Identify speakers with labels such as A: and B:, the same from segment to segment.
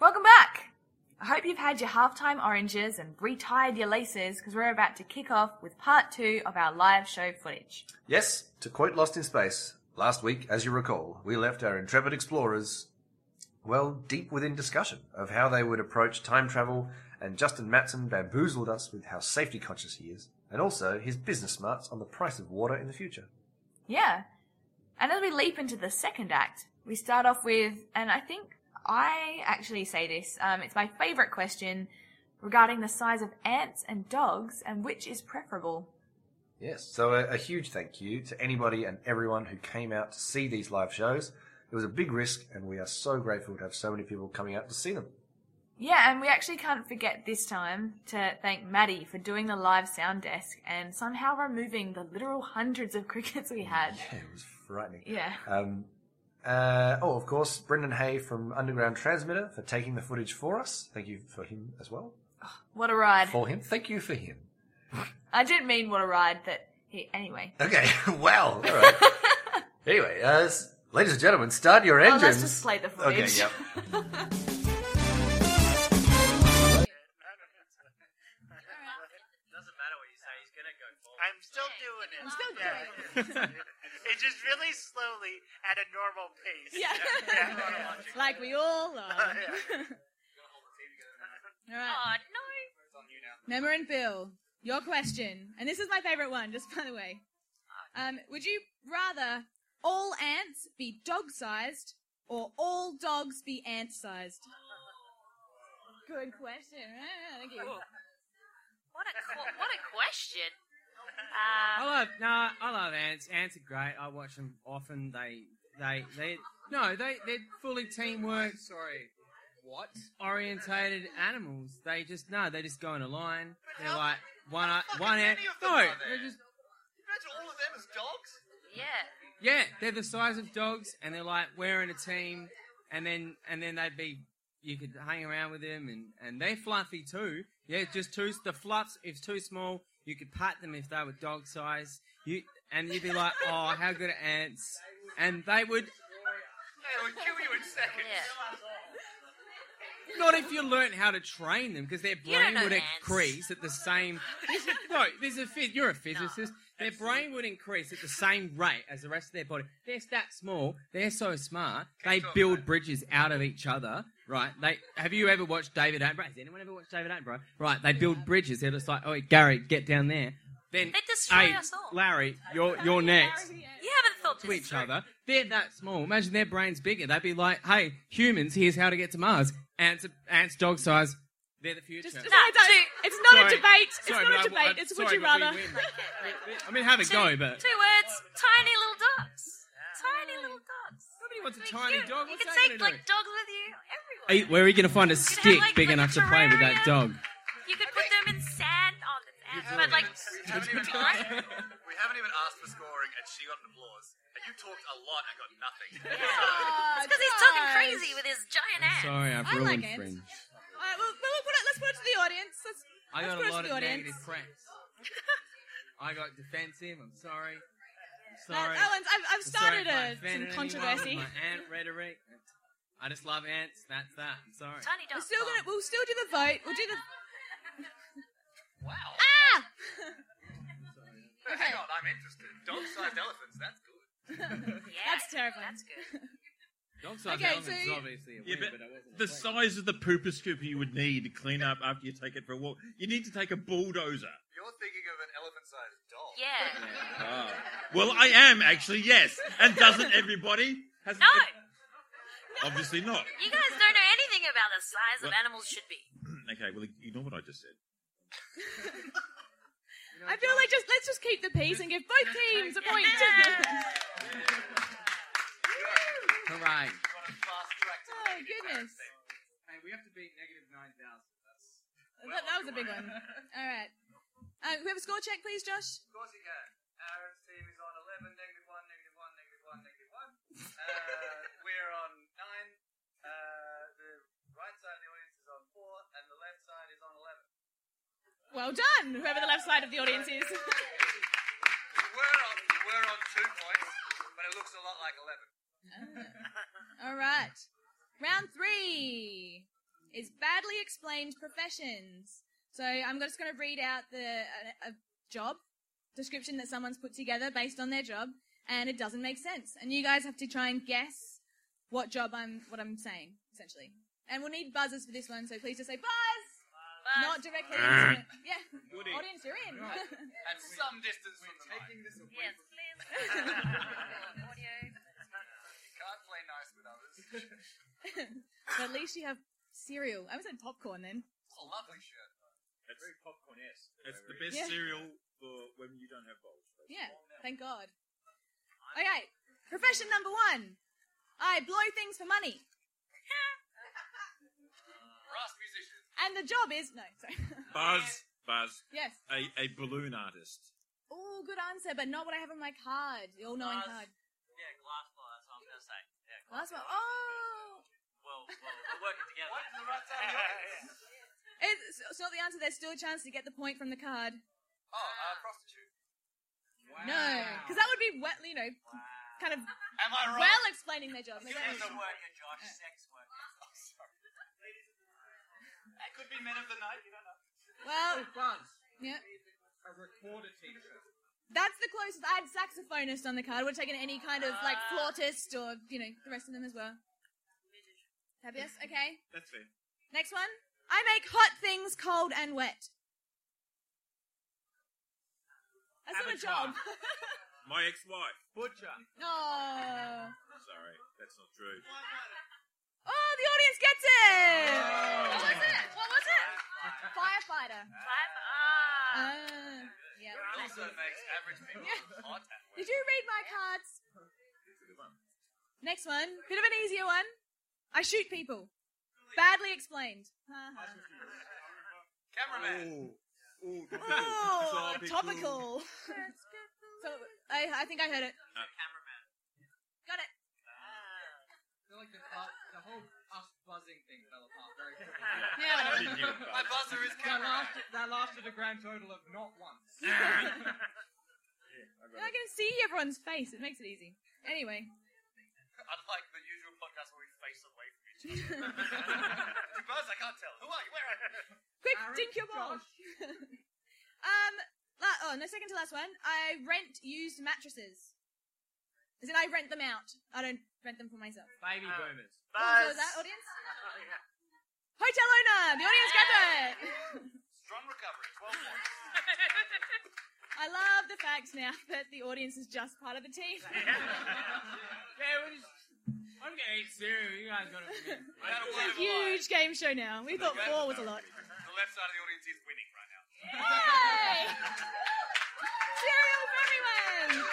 A: Welcome back! I hope you've had your halftime oranges and retied your laces because we're about to kick off with part two of our live show footage.
B: Yes, to quote Lost in Space, last week, as you recall, we left our intrepid explorers, well, deep within discussion of how they would approach time travel, and Justin Matson bamboozled us with how safety conscious he is, and also his business smarts on the price of water in the future.
A: Yeah. And as we leap into the second act, we start off with, and I think I actually say this, um, it's my favourite question regarding the size of ants and dogs and which is preferable.
B: Yes, so a, a huge thank you to anybody and everyone who came out to see these live shows. It was a big risk, and we are so grateful to have so many people coming out to see them.
A: Yeah, and we actually can't forget this time to thank Maddie for doing the live sound desk and somehow removing the literal hundreds of crickets we had.
B: Yeah, it was frightening.
A: Yeah.
B: Um, uh, oh, of course, Brendan Hay from Underground Transmitter for taking the footage for us. Thank you for him as well.
A: What a ride.
B: For him. Thank you for him.
A: I didn't mean what a ride, but he, anyway.
B: Okay, wow. All right. anyway, uh, s- ladies and gentlemen, start your engines.
A: let's Oh, just play the footage.
B: Okay,
C: Doesn't matter what you say, he's gonna go forward.
D: I'm still doing it. I'm still doing it. it's just really slowly at a normal pace.
E: Yeah. like we all are. all
A: Oh,
E: right.
A: no.
E: Member and Bill, your question, and this is my favourite one, just by the way. Um, would you rather all ants be dog sized or all dogs be ant sized? Good question. Ah, Thank you.
F: What a qu- what a question. Uh,
C: I love nah, I love ants. Ants are great. I watch them often. They they they no, they they're fully teamwork. Sorry. What? Orientated animals. They just no, they just go in a line. They're like one eye- one ant. No, they're just
D: all of them as dogs?
F: yeah.
C: yeah, they're the size of dogs, and they're like we're in a team, and then and then they'd be you could hang around with them, and and they're fluffy too. Yeah, just too the fluffs if too small, you could pat them if they were dog size. You and you'd be like, oh, how good are ants? And they would
D: They would kill you in seconds.
F: Yeah.
C: Not if you learn how to train them, because their
F: don't
C: brain
F: know
C: would
F: ants.
C: increase at the same. no, there's a phys- you're a physicist. Their brain would increase at the same rate as the rest of their body. They're that small. They're so smart. They build bridges out of each other. Right? They have you ever watched David Attenborough? Has anyone ever watched David Attenborough? Right? They build bridges. They're just like, oh, Gary, get down there. Then
F: They destroy
C: hey,
F: us all.
C: Larry, you're you're next
F: You haven't thought this
C: to each
F: through.
C: other. They're that small. Imagine their brains bigger. They'd be like, "Hey, humans, here's how to get to Mars." Ants, ants, dog size. They're the future.
E: Just,
F: No,
E: I don't-
F: two-
E: it's not
C: Sorry.
E: a debate. It's
C: Sorry,
E: not a
C: but I- I-
E: debate. it's
C: sorry,
E: would you
C: but we
E: rather.
C: win. I mean, have a
F: Two,
C: go, but
F: two words. Tiny little dots. Tiny little dots.
C: Nobody wants a
F: Like,
C: tiny
F: you,
C: dog.
F: You
C: What's
F: can
C: that
F: take
C: gonna
F: like dogs with you everywhere.
C: Are you- where are we going to find a stick
F: like,
C: big
F: like a
C: enough to play with that
F: terrarium.
C: dog?
F: You could put them in sand on the ants, but like
G: haven't even asked, we haven't even asked for scoring, and she got an applause. And you talked a lot and got nothing.
E: Oh,
F: because he's talking
E: gosh.
F: crazy with his giant ants.
C: Sorry, I've
E: I like
C: ruined
E: ants.
C: fringe.
E: All right, well, well, well, let's put it to the audience. Let's,
C: I
E: let's
C: got a
E: put
C: lot
E: it to
C: of
E: the audience.
C: negative press. I got defensive. I'm sorry. I'm
E: That,
C: sorry.
E: that one's, I've, I've
C: I'm sorry
E: started
C: if I
E: a,
C: offended
E: some
C: anyone with
E: controversy.
C: My ant rhetoric. I just love ants. That's that. I'm sorry.
F: Tiny
E: We're
F: dots.
E: still gonna, we'll still do the vote. We'll do the.
G: Wow.
E: Ah!
G: Hang on, I'm interested. Dog-sized elephants, that's good.
F: Yeah,
E: That's terrifying.
F: That's good.
C: Dog size
E: Okay,
C: elephants
E: so-
C: is obviously a win,
H: Yeah, but
C: but I wasn't.
H: the
C: playing.
H: size of the pooper scooper you would need to clean up after you take it for a walk. You need to take a bulldozer.
G: You're thinking of an elephant-sized dog.
F: Yeah.
A: Ah.
C: Ah.
H: Well, I am actually, yes. And doesn't everybody? Has
F: No,
H: Obviously not.
F: you guys don't know anything about the size of
H: What?
F: animals should be.
H: Okay, well, ignore what I just said.
E: I feel like just let's just keep the peace and give both teams a point.
C: Hooray.
E: oh goodness,
C: Hey, we have to beat negative 9,000.
E: that, that was a big one. All right, uh, can we have a score check, please, Josh.
G: Of course you can. Aaron's team is on 11, negative 1, negative 1, negative 1, negative 1. Uh, we're on 9. Uh, the right side of the audience is on 4, and the left side is on 11.
E: Well done, whoever the left side of the audience is.
G: You were on, you were on 2 points, but it looks a lot like 11.
E: All right, round three.
A: is badly explained professions. So I'm just going to read out the uh, a, a job description that someone's put together based on their job, and it doesn't make sense. And you guys have to try and guess what job I'm what I'm saying essentially. And we'll need buzzers for this one, so please just say buzz,
I: Buzz.
A: not directly into it. Yeah,
E: Woody.
A: audience, you're in.
G: At some distance from the taking this away
I: Yes,
G: from
I: please. Audio.
G: you can't play nice with others.
A: but at least you have cereal. I was in popcorn then.
G: It's a lovely shirt.
E: It's,
G: popcorn esque.
E: it's the best
A: Yeah.
E: cereal for when you don't have bowls.
A: Yeah, thank God. Okay, profession number one. I blow things for money.
G: Brass musician.
A: And the job is no, sorry.
E: Buzz, Buzz,
A: yes.
E: a, a balloon artist.
A: Oh, good answer, but not what I have on my card. The all-knowing
J: Buzz.
A: card.
J: Yeah, glass blower, that's what I was going to say. Yeah,
A: Last one. Oh,
J: well, well, we're working together.
G: Why did the right time you
J: Yeah.
A: it's, it's not the answer. There's still a chance to get the point from the card.
G: Oh,
A: Ah.
G: uh, prostitute.
A: No, because that would be well, you know, kind of
G: Am I wrong?
A: well explaining their job.
J: Sex worker, Josh. Sex worker.
G: Oh, sorry. That could be men of the night, you don't know.
A: Well,
G: Buzz.
A: yeah,
G: A Oh, recorder teacher.
A: that's the closest. I had saxophonist on the card. Would have taken any kind of like flautist or you know the rest of them as well. Have yes? Okay.
E: That's fair.
A: Next one. I make hot things cold and wet. That's not a job.
E: Avatar. My ex-wife.
G: Butcher.
A: no. Oh,
E: Sorry, that's not true.
A: the audience gets it.
I: What was it? What was it?
A: Firefighter.
I: Five. Ah.
A: Ah, yeah.
G: Also makes average people hot and wet.
A: Did you read my cards?
E: That's a good one.
A: Next one. Bit of an easier one. I shoot people. Badly explained.
G: Cameraman.
E: Ooh, good
A: oh, topical.
E: Topical.
A: so I, I think I heard it.
J: Cameraman.
A: Got it.
G: feel like the, the whole us buzzing thing fell apart very quickly.
E: I
A: Yeah.
E: didn't give a
G: My
E: fuck.
G: buzzer is
K: That
G: cameraman.
K: lasted, that lasted a grand total of not once.
A: I can see everyone's face. It makes it easy. Anyway.
G: Unlike the usual podcast where we face away from each other. you buzz, I can't tell. Who are you? Where are you?
A: Quick,
K: Aaron,
A: dink your ball.
K: Josh.
A: um, la- oh, no, second to last one. I rent used mattresses. As in, I rent them out. I don't rent them for myself.
K: Baby boomers.
A: Oh, so is that audience?
G: Oh,
A: Hotel owner. The audience
K: Ah!
A: grab it.
G: Strong recovery, 12 points.
A: I love the fact now that the audience is just part of the team.
K: Yeah, we're just. I'm gonna eat cereal. You guys got it. For me.
G: Without a word
A: It's a
G: of a lie,
A: huge game show now. We thought four was a lot.
G: the left side of the audience is winning right now.
A: Hey! Cereal for everyone.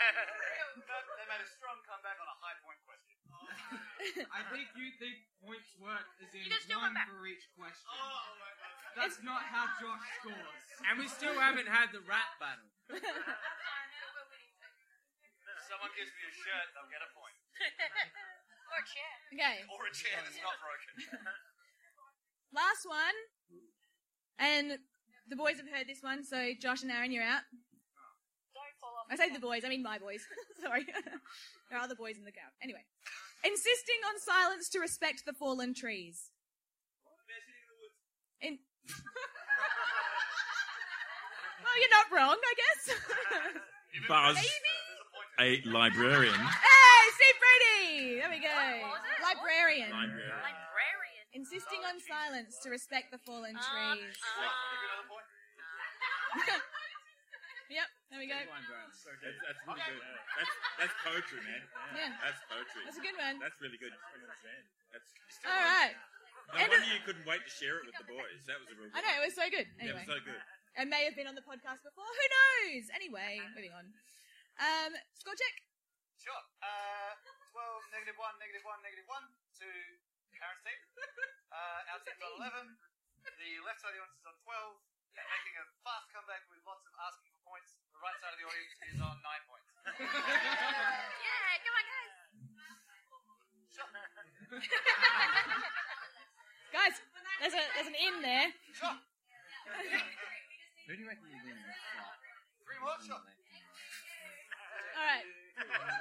G: they made a strong comeback on a high point question.
K: Oh. I think you think points work as in
I: just do
K: one
I: one back.
K: for each question.
G: my god.
K: That's not how Josh scores.
C: And we still haven't had the rap battle.
G: If someone gives me a shirt, they'll get a point.
I: Or a chair.
A: Okay,
G: Or a chair that's not broken.
A: last one. And the boys have heard this one, so Josh and Aaron, you're out.
I: Don't fall off.
A: I say the boys, I mean my boys. Sorry. there are other boys in the crowd. Anyway. Insisting on silence to respect the fallen trees. In- well, oh, you're not wrong, I guess.
E: Buzz,
A: Maybe.
E: a librarian.
A: hey, Steve Brady! There we go.
I: What was it?
A: Librarian.
E: Librarian.
I: Librarian.
A: Insisting on silence to respect the fallen
I: Um, um,
A: trees.
G: What? You got another point?
A: Yep, there we go.
E: That's, that's really good. That's, that's poetry, man.
A: Yeah.
E: That's poetry.
A: That's a good one.
E: That's really good.
A: All right.
E: No
A: And-
E: wonder you couldn't wait to share it with the boys. That was a real
A: I
E: good
A: know, it was so good.
E: one. That
A: Anyway.
E: was so good.
A: I may have been on the podcast before. Who knows? Anyway, moving on. Um, score check.
G: Sure. Uh, 12, negative 1, negative 1, negative 1 to Karen's team. Uh, our team's on 11. The left side of the audience is on 12. They're making a fast comeback with lots of asking for points. The right side of the audience is on 9 points.
I: Yeah, come on, guys.
G: Sure.
A: Guys, there's a there's an in there.
G: Sure.
K: Who do you reckon you're doing this
G: Three more. Sure.
A: All right.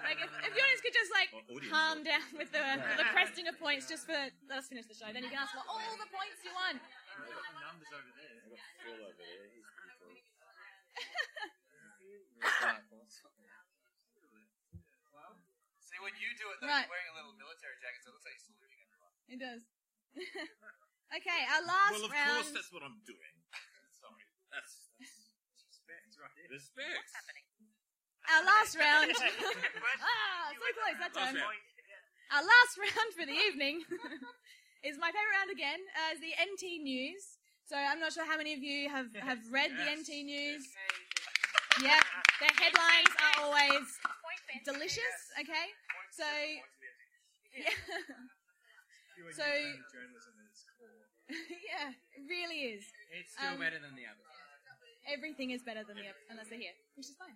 A: Like if, if the audience could just like
E: Or audience,
A: calm
E: or-
A: down with the, with the cresting of points just for. Let us finish the show. Then you can ask for all the points you want.
G: Numbers over there. See, when you do it, though,
A: Right.
G: you're wearing a little military jacket, so it looks like you're saluting everyone.
A: It does. okay, our last
E: well, of
A: round.
E: course, that's what I'm doing. Sorry. That's, that's respect right here. Respect.
A: Our last round.
J: You
A: ah, so
J: went
A: close that
E: Last
A: time.
E: round.
A: Our last round for the evening is my favourite round again, uh, is the NT News. So I'm not sure how many of you have, have read
E: Yes.
A: the NT News. Yeah, the headlines are always delicious, okay? So, yeah, So-
G: Independent journalism at its core.
A: yeah, it really is.
C: It's
A: Um,
C: still better than the other.
A: Everything is better than the other, unless they're here, which is fine.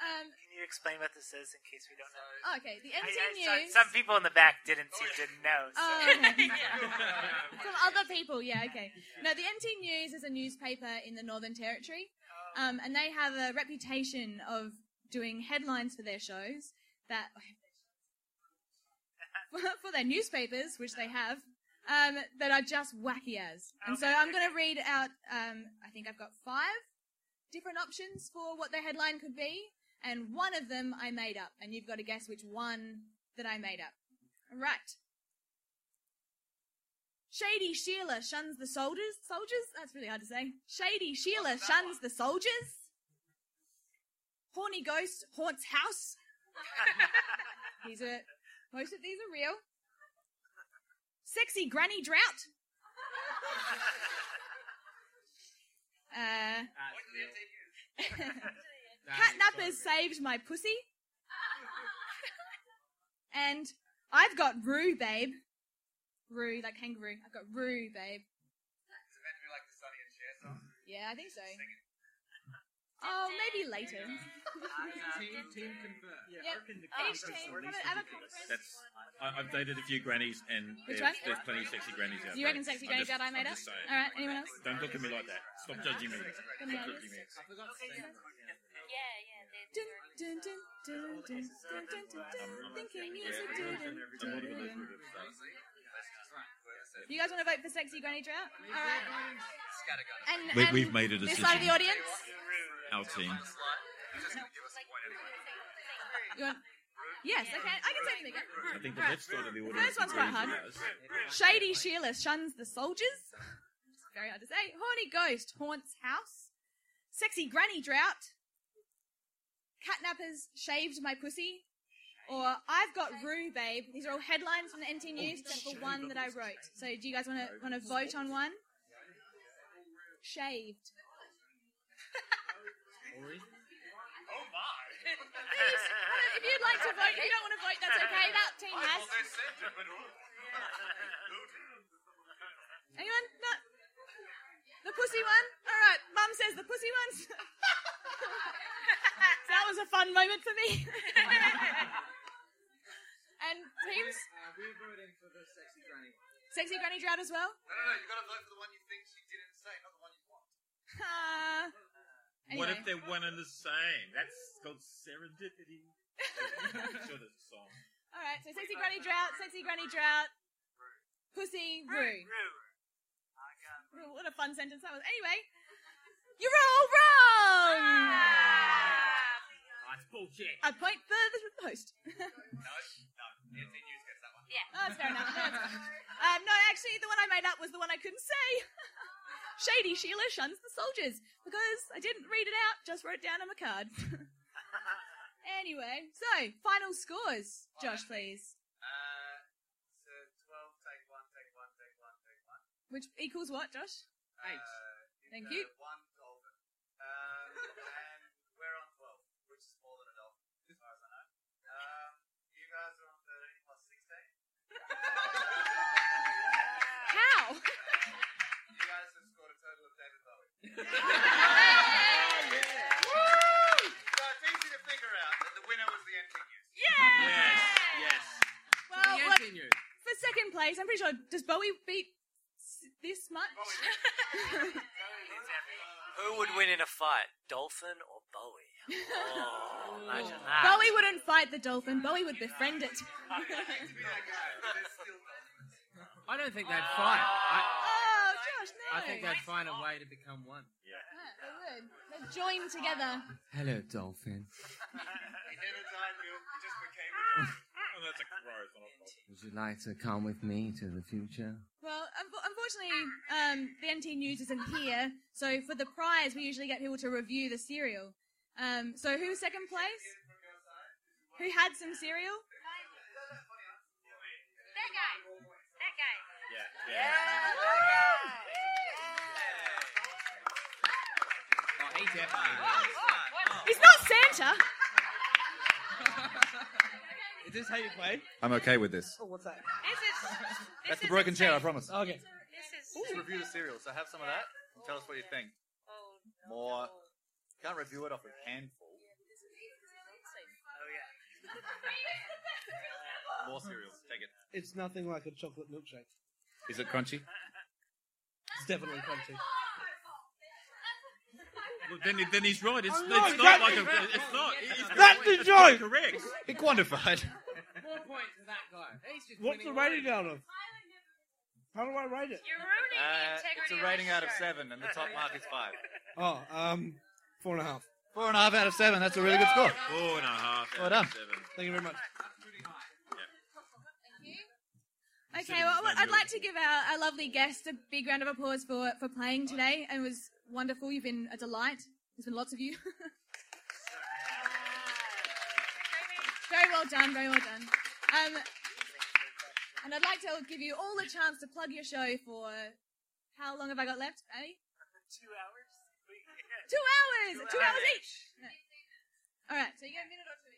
A: Um,
J: Can you explain what this is in case we don't know?
A: oh, okay, the
J: I-
A: NT
J: I-
A: News.
J: so- some people in the back didn't seem to know. So.
A: Oh, okay. Some other people, yeah, okay. No, the NT News is a newspaper in the Northern Territory, um, and they have a reputation of doing headlines for their shows that for their newspapers, which they have, um, that are just wacky as. And so I'm going to read out. Um, I think I've got five different options for what the headline could be, and one of them I made up, and you've got to guess which one that I made up. Right. Shady Sheila shuns the soldiers. Soldiers? That's really hard to say. Shady Sheila shuns the soldiers. Horny ghost haunts house. these are most of these are real. Sexy granny drought. uh,
C: That's real. That is
A: Catnappers
C: so
A: saved my pussy. and I've got Roo, babe. Roo, like kangaroo. I've got Roo, babe.
G: It's meant to be like the Sonny and Cher song.
A: Yeah, I think so. Oh, maybe later.
K: Team, team convert.
A: Yeah, Each team, have a, have a conference.
E: That's. I, I've dated a few grannies, and
A: Which
E: there's,
A: one?
E: there's plenty of sexy grannies out
A: Do you reckon
E: there.
A: sexy
E: I'm
A: granny
E: just-
A: dad I made
E: I'm
A: up?
E: just saying.
A: All right, anyone else?
E: Don't look at me like that. Stop judging me. Stop
A: Good
E: judging me.
C: I forgot to say that.
I: Yeah, yeah. they're-
A: Dun, dun, dun, dun, dun, dun, dun, dun, dun, thinking is a dun,
E: I'm not
A: dun,
E: even
A: dun, dun.
E: listening to this stuff.
A: You guys want to vote for sexy granny drought? All right.
G: Scattergun.
A: And,
E: We-
A: and
E: we've made a
A: this
E: decision.
A: side of the audience.
E: Our team.
A: You want? Yes, okay. I can say the bigger.
E: I think the left side of the audience.
A: First one's quite hard.
E: agrees with us.
A: Shady Sheila shuns the soldiers. Very hard to say. Horny ghost haunts house. Sexy granny drought. Catnappers shaved my pussy. Or I've got Roo, babe. These are all headlines from the
E: Oh,
A: NT News, except for one that I wrote. So do you guys want to want to vote on one? Shaved. Please, uh, if you'd like to vote, if you don't want to vote, that's okay. That team has. Anyone? No. The pussy one? Alright, mum says the pussy ones. So that was a fun moment for me. and teams?
K: Uh, we're voting for the sexy granny.
A: Sexy Granny Drought as well?
G: No, no, no, you gotta vote for the one you think she didn't say, not the one you want.
A: Uh,
E: What
A: anyway.
E: if they're one and the same? That's called serendipity. I'm sure there's a song.
A: Alright, so Sexy Granny Drought, Sexy Granny Drought, Pussy Roo. Oh, What a fun sentence that was. Anyway, you're all wrong!
C: That's bullshit.
A: A point for the host.
G: No, no, NT News gets that one.
A: Oh, that's fair enough. No, it's- um, no, actually, the one I made up was the one I couldn't say. Shady Sheila shuns the soldiers because I didn't read it out, just wrote it down on my card. anyway, so final scores, Josh, please,
G: Uh, so 12, take 1, take 1, take 1, take 1.
A: which equals what, Josh?
G: Uh,
C: Eight.
A: Thank
G: uh,
A: you.
G: One golden. Um, and we're on 12, which is more than a dolphin, as far as I know. Um, you guys are on 13 plus 16.
A: How?
G: You guys have scored a total of David Bowie. So it's easy to figure out that the winner was the NT News.
E: Yes, yes.
A: Well,
C: Yes,
A: look,
C: in you.
A: for second place, I'm pretty sure, does Bowie beat s- this much?
J: Who would win in a fight, Dolphin or Bowie? Oh, Imagine that.
A: Bowie wouldn't fight the dolphin. Bowie would befriend it.
C: I don't think they'd fight. I,
A: oh, Josh, no.
C: I think they'd find a way to become one.
A: Yeah, they would. They'd join together.
C: Hello, dolphin.
G: He never died, Bill. He just became a dog.
E: Oh, that's a gross. not a dog.
C: Would you like to come with me to the future?
A: Well, unfo- unfortunately, um, the NT News isn't here. So for the prize, we usually get people to review the cereal. Um, so who's second place? Who had some cereal?
I: That guy. That guy.
E: Yeah, yeah.
K: Oh, he definitely.
A: He's not Santa.
K: Is this how you play?
H: I'm okay with this.
I: This is. This
H: That's the
I: is
H: broken chair, I
I: insane.
H: promise.
K: Okay.
I: This is.
H: Let's review the cereal. So have some of that. And tell us what you think.
I: Oh, no.
H: More. Can't review it off a handful. More cereals. Take it.
L: It's nothing like a chocolate milkshake.
H: Is it crunchy?
L: It's definitely crunchy.
E: Look, then, then he's right. It's,
L: Oh, no,
E: it's not
L: that-
E: like a. It's not. He's
L: That's the joke.
E: correct.
H: It quantified.
C: More points for that guy. He's just
L: What's the
C: winning
L: rating out of? How do I rate it?
I: You're ruining the
H: Uh, it's
I: integrity
H: a rating
I: of
H: out of
I: the show.
H: seven, and the top mark is five.
L: Oh, um, four and a half.
H: Four and a half out of seven. That's a really good score.
E: Four and a half.
H: Well
E: out of
H: done.
E: Seven.
L: Thank you very much.
A: Okay, well, I'd like to give our, our lovely guest a big round of applause for, for playing today. It was wonderful. You've been a delight. There's been lots of you. very well done, very well done. Um, and I'd like to give you all the chance to plug your show for how long have I got left, eh?
J: Two hours? We-
A: Two hours! Two, hours, each! All right, so you get a minute or two each.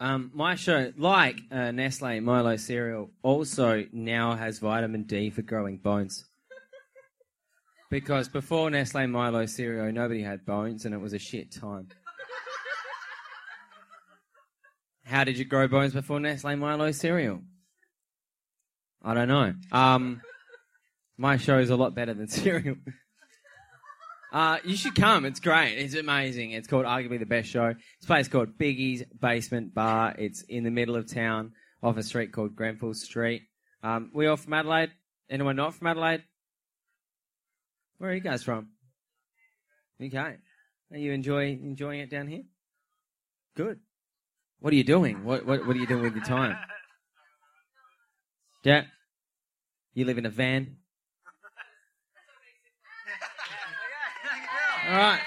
C: Um, my show, like uh, Nestle Milo cereal, also now has vitamin D for growing bones. Because before Nestle Milo cereal, nobody had bones, and it was a shit time. How did you grow bones before Nestle Milo cereal? I don't know. Um, my show is a lot better than cereal. Uh, you should come. It's great. It's amazing. It's called arguably the best show. This place called Biggie's Basement Bar. It's in the middle of town, off a street called Grenfell Street. Um, we all from Adelaide. Anyone not from Adelaide? Where are you guys from? Okay. Are you enjoy enjoying it down here? Good. What are you doing? What what, what are you doing with your time? Yeah. You live in a van. All right.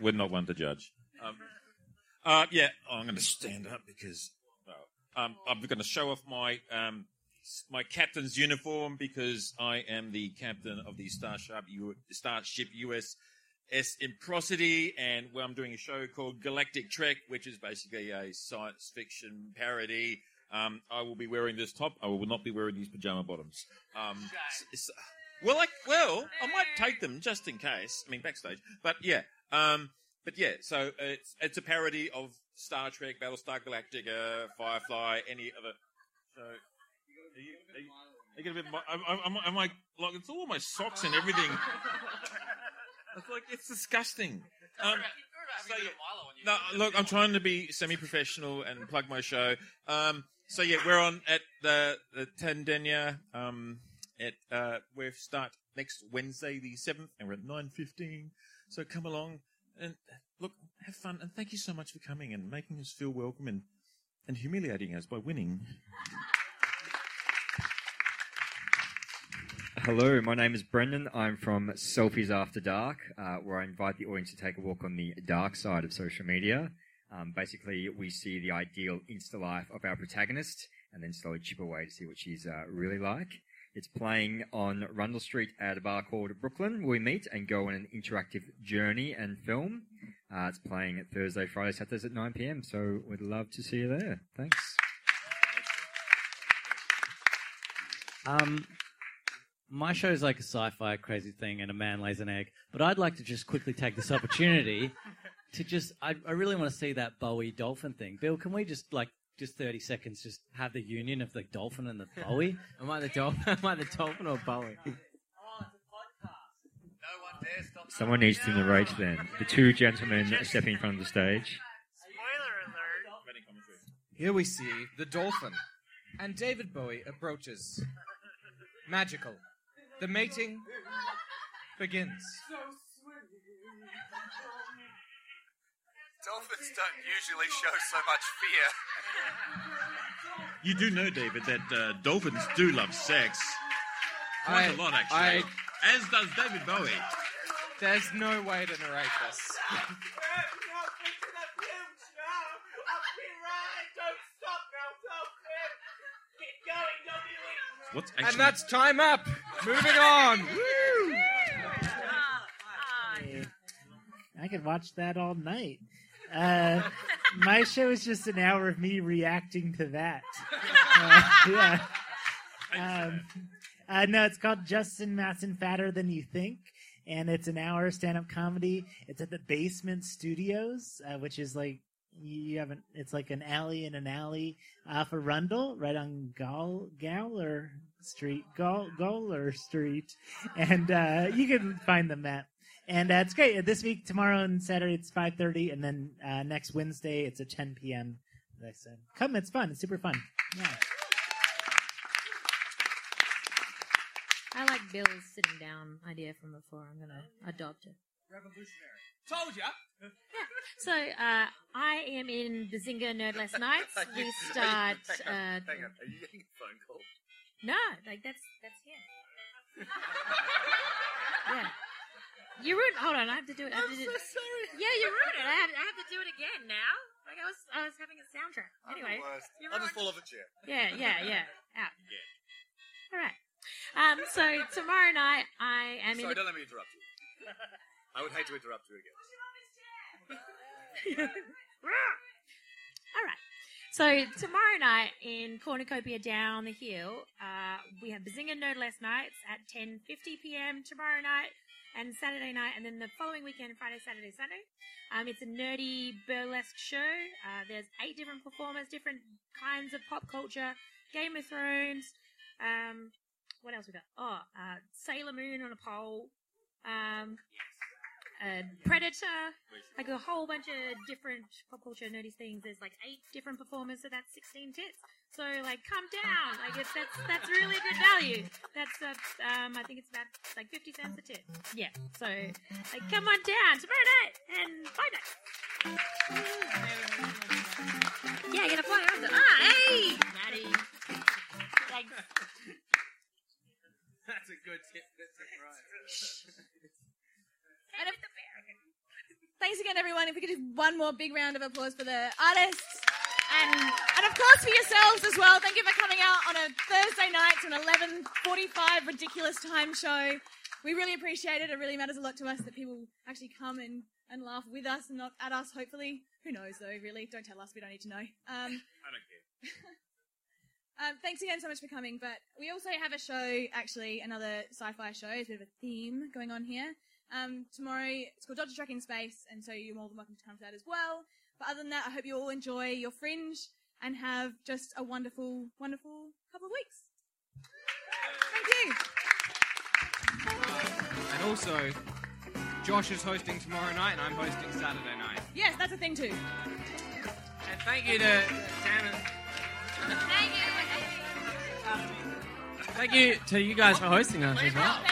H: We're not one to judge. Um, uh, yeah, I'm going to stand up because oh, um, I'm going to show off my um, s- my captain's uniform because I am the captain of the Starship, U- Starship USS Improcity, and well, I'm doing a show called Galactic Trek, which is basically a science fiction parody. Um, I will be wearing this top. I will not be wearing these pajama bottoms. Um, s- s- well, I, well, I might take them just in case. I mean, backstage, but yeah. Um, but yeah, so it's it's a parody of Star Trek, Battlestar Galactica, Firefly, any other. So, are you, are you, are you gonna be? I'm, I'm, I'm- I'm like, like it's all my socks and everything.
M: Um,
H: It's like it's disgusting. Um, so yeah. No, look, I'm trying to be semi-professional and plug my show. Um, so yeah, we're on at the the Tandenya. Um, at uh, we start next Wednesday the seventh, and we're at nine fifteen. So come along and look, have fun, and thank you so much for coming and making us feel welcome and and humiliating us by winning.
N: Hello, my name is Brendan. I'm from Selfies After Dark, uh, where I invite the audience to take a walk on the dark side of social media. Um, basically, we see the ideal Insta life of our protagonist and then slowly chip away to see what she's uh, really like. It's playing on Rundle Street at a bar called Brooklyn. We meet and go on an interactive journey and film. Uh, it's playing at Thursday, Friday, Saturdays at 9 p.m. So we'd love to see you there. Thanks.
O: Um, my show's like a sci-fi crazy thing, and a man lays an egg. But I'd like to just quickly take this opportunity to just—I I really want to see that Bowie dolphin thing. Bill, can we just like just thirty seconds, just have the union of the dolphin and the Bowie?
C: Am I the dolphin? Am I the dolphin or Bowie?
J: No one dare stop
N: Someone needs to narrate then. The two gentlemen are stepping in front of the stage.
M: Here we see the dolphin, and David Bowie approaches. Magical. The mating begins.
G: Dolphins don't usually show so much fear.
E: You do know, David, that uh, dolphins do love sex. Quite
M: I-
E: a lot, actually. As does David Bowie.
M: There's no way to narrate this. Um,
E: What's
M: And that's time up. Moving on.
D: I could watch that all night. Uh, my show is just an hour of me reacting to that. Uh, yeah. Um, uh, no, it's called Justin Matson Fatter Than You Think, and it's an hour stand up comedy. It's at the Basement Studios, uh, which is like you haven't. It's like an alley in an alley off of Rundle, right on Gall Gowler Street, Gall Gowler Street, and uh, you can find the map. And uh, it's great. This week, tomorrow and Saturday, it's five thirty, and then uh, next Wednesday, it's at ten p.m. as I said, come, it's fun. It's super fun. Yeah.
F: I like Bill's sitting down idea from before. I'm gonna adopt it.
K: Revolutionary. Told ya.
F: So uh, I am in Bazinga Nerd Last Nights. We start. Uh,
G: Hang on, are you getting a phone call?
F: no, like that's that's him. yeah. You ruined. Hold on, I have to do it. I have
I: I'm
F: to
I: so
F: do it.
I: sorry.
F: Yeah, you ruined it. I have, I have to do it again now. Like I was, I was having a soundtrack. Anyway, you
G: I'll just
F: ruined-
G: fall off a chair.
F: Yeah, yeah, yeah. Out. All right. Um, so tomorrow night I am
G: Sorry,
F: in.
G: don't let me interrupt you. I would hate to interrupt you again.
F: All right. So tomorrow night in Cornucopia Down the Hill, uh, we have Bazinga Nerd Last Nights at 10.50 p.m. tomorrow night and Saturday night, and then the following weekend, Friday, Saturday, Sunday. Um, it's a nerdy burlesque show. Uh, there's eight different performers, different kinds of pop culture, Game of Thrones. Um, what else we got? Oh, uh, Sailor Moon on a pole. Um, uh, Predator, like a whole bunch of different pop culture nerdy things. There's like eight different performers, so that's 16 tits. So like, come down. Like it's, that's that's really good value. That's uh, um, I think it's about like 50 cents a tit. Yeah. So like, come on down tomorrow night and find us. Yeah, I get a fly after. Ah, hey, Maddie. Like,
K: That's a good tip. That's it, right.
A: And if- Thanks again, everyone. If we could just one more big round of applause for the artists. And, and of course for yourselves as well. Thank you for coming out on a Thursday night to an 11:45 ridiculous time show. We really appreciate it. It really matters a lot to us that people actually come and, and laugh with us, and not at us. Hopefully, who knows though? Really, don't tell us. We don't need to know. Um,
E: I don't care.
A: um, thanks again so much for coming. But we also have a show, actually, another sci-fi show. It's a bit of a theme going on here. Um, tomorrow, it's called Doctor Trek in Space, and so you're more than welcome to come to that as well. But other than that, I hope you all enjoy your fringe and have just a wonderful, wonderful couple of weeks. Thank you.
M: And also, Josh is hosting tomorrow night, and I'm hosting Saturday night.
A: Yes, that's a thing too.
M: And thank you to Sam and
K: Thank you to you guys for hosting us as well.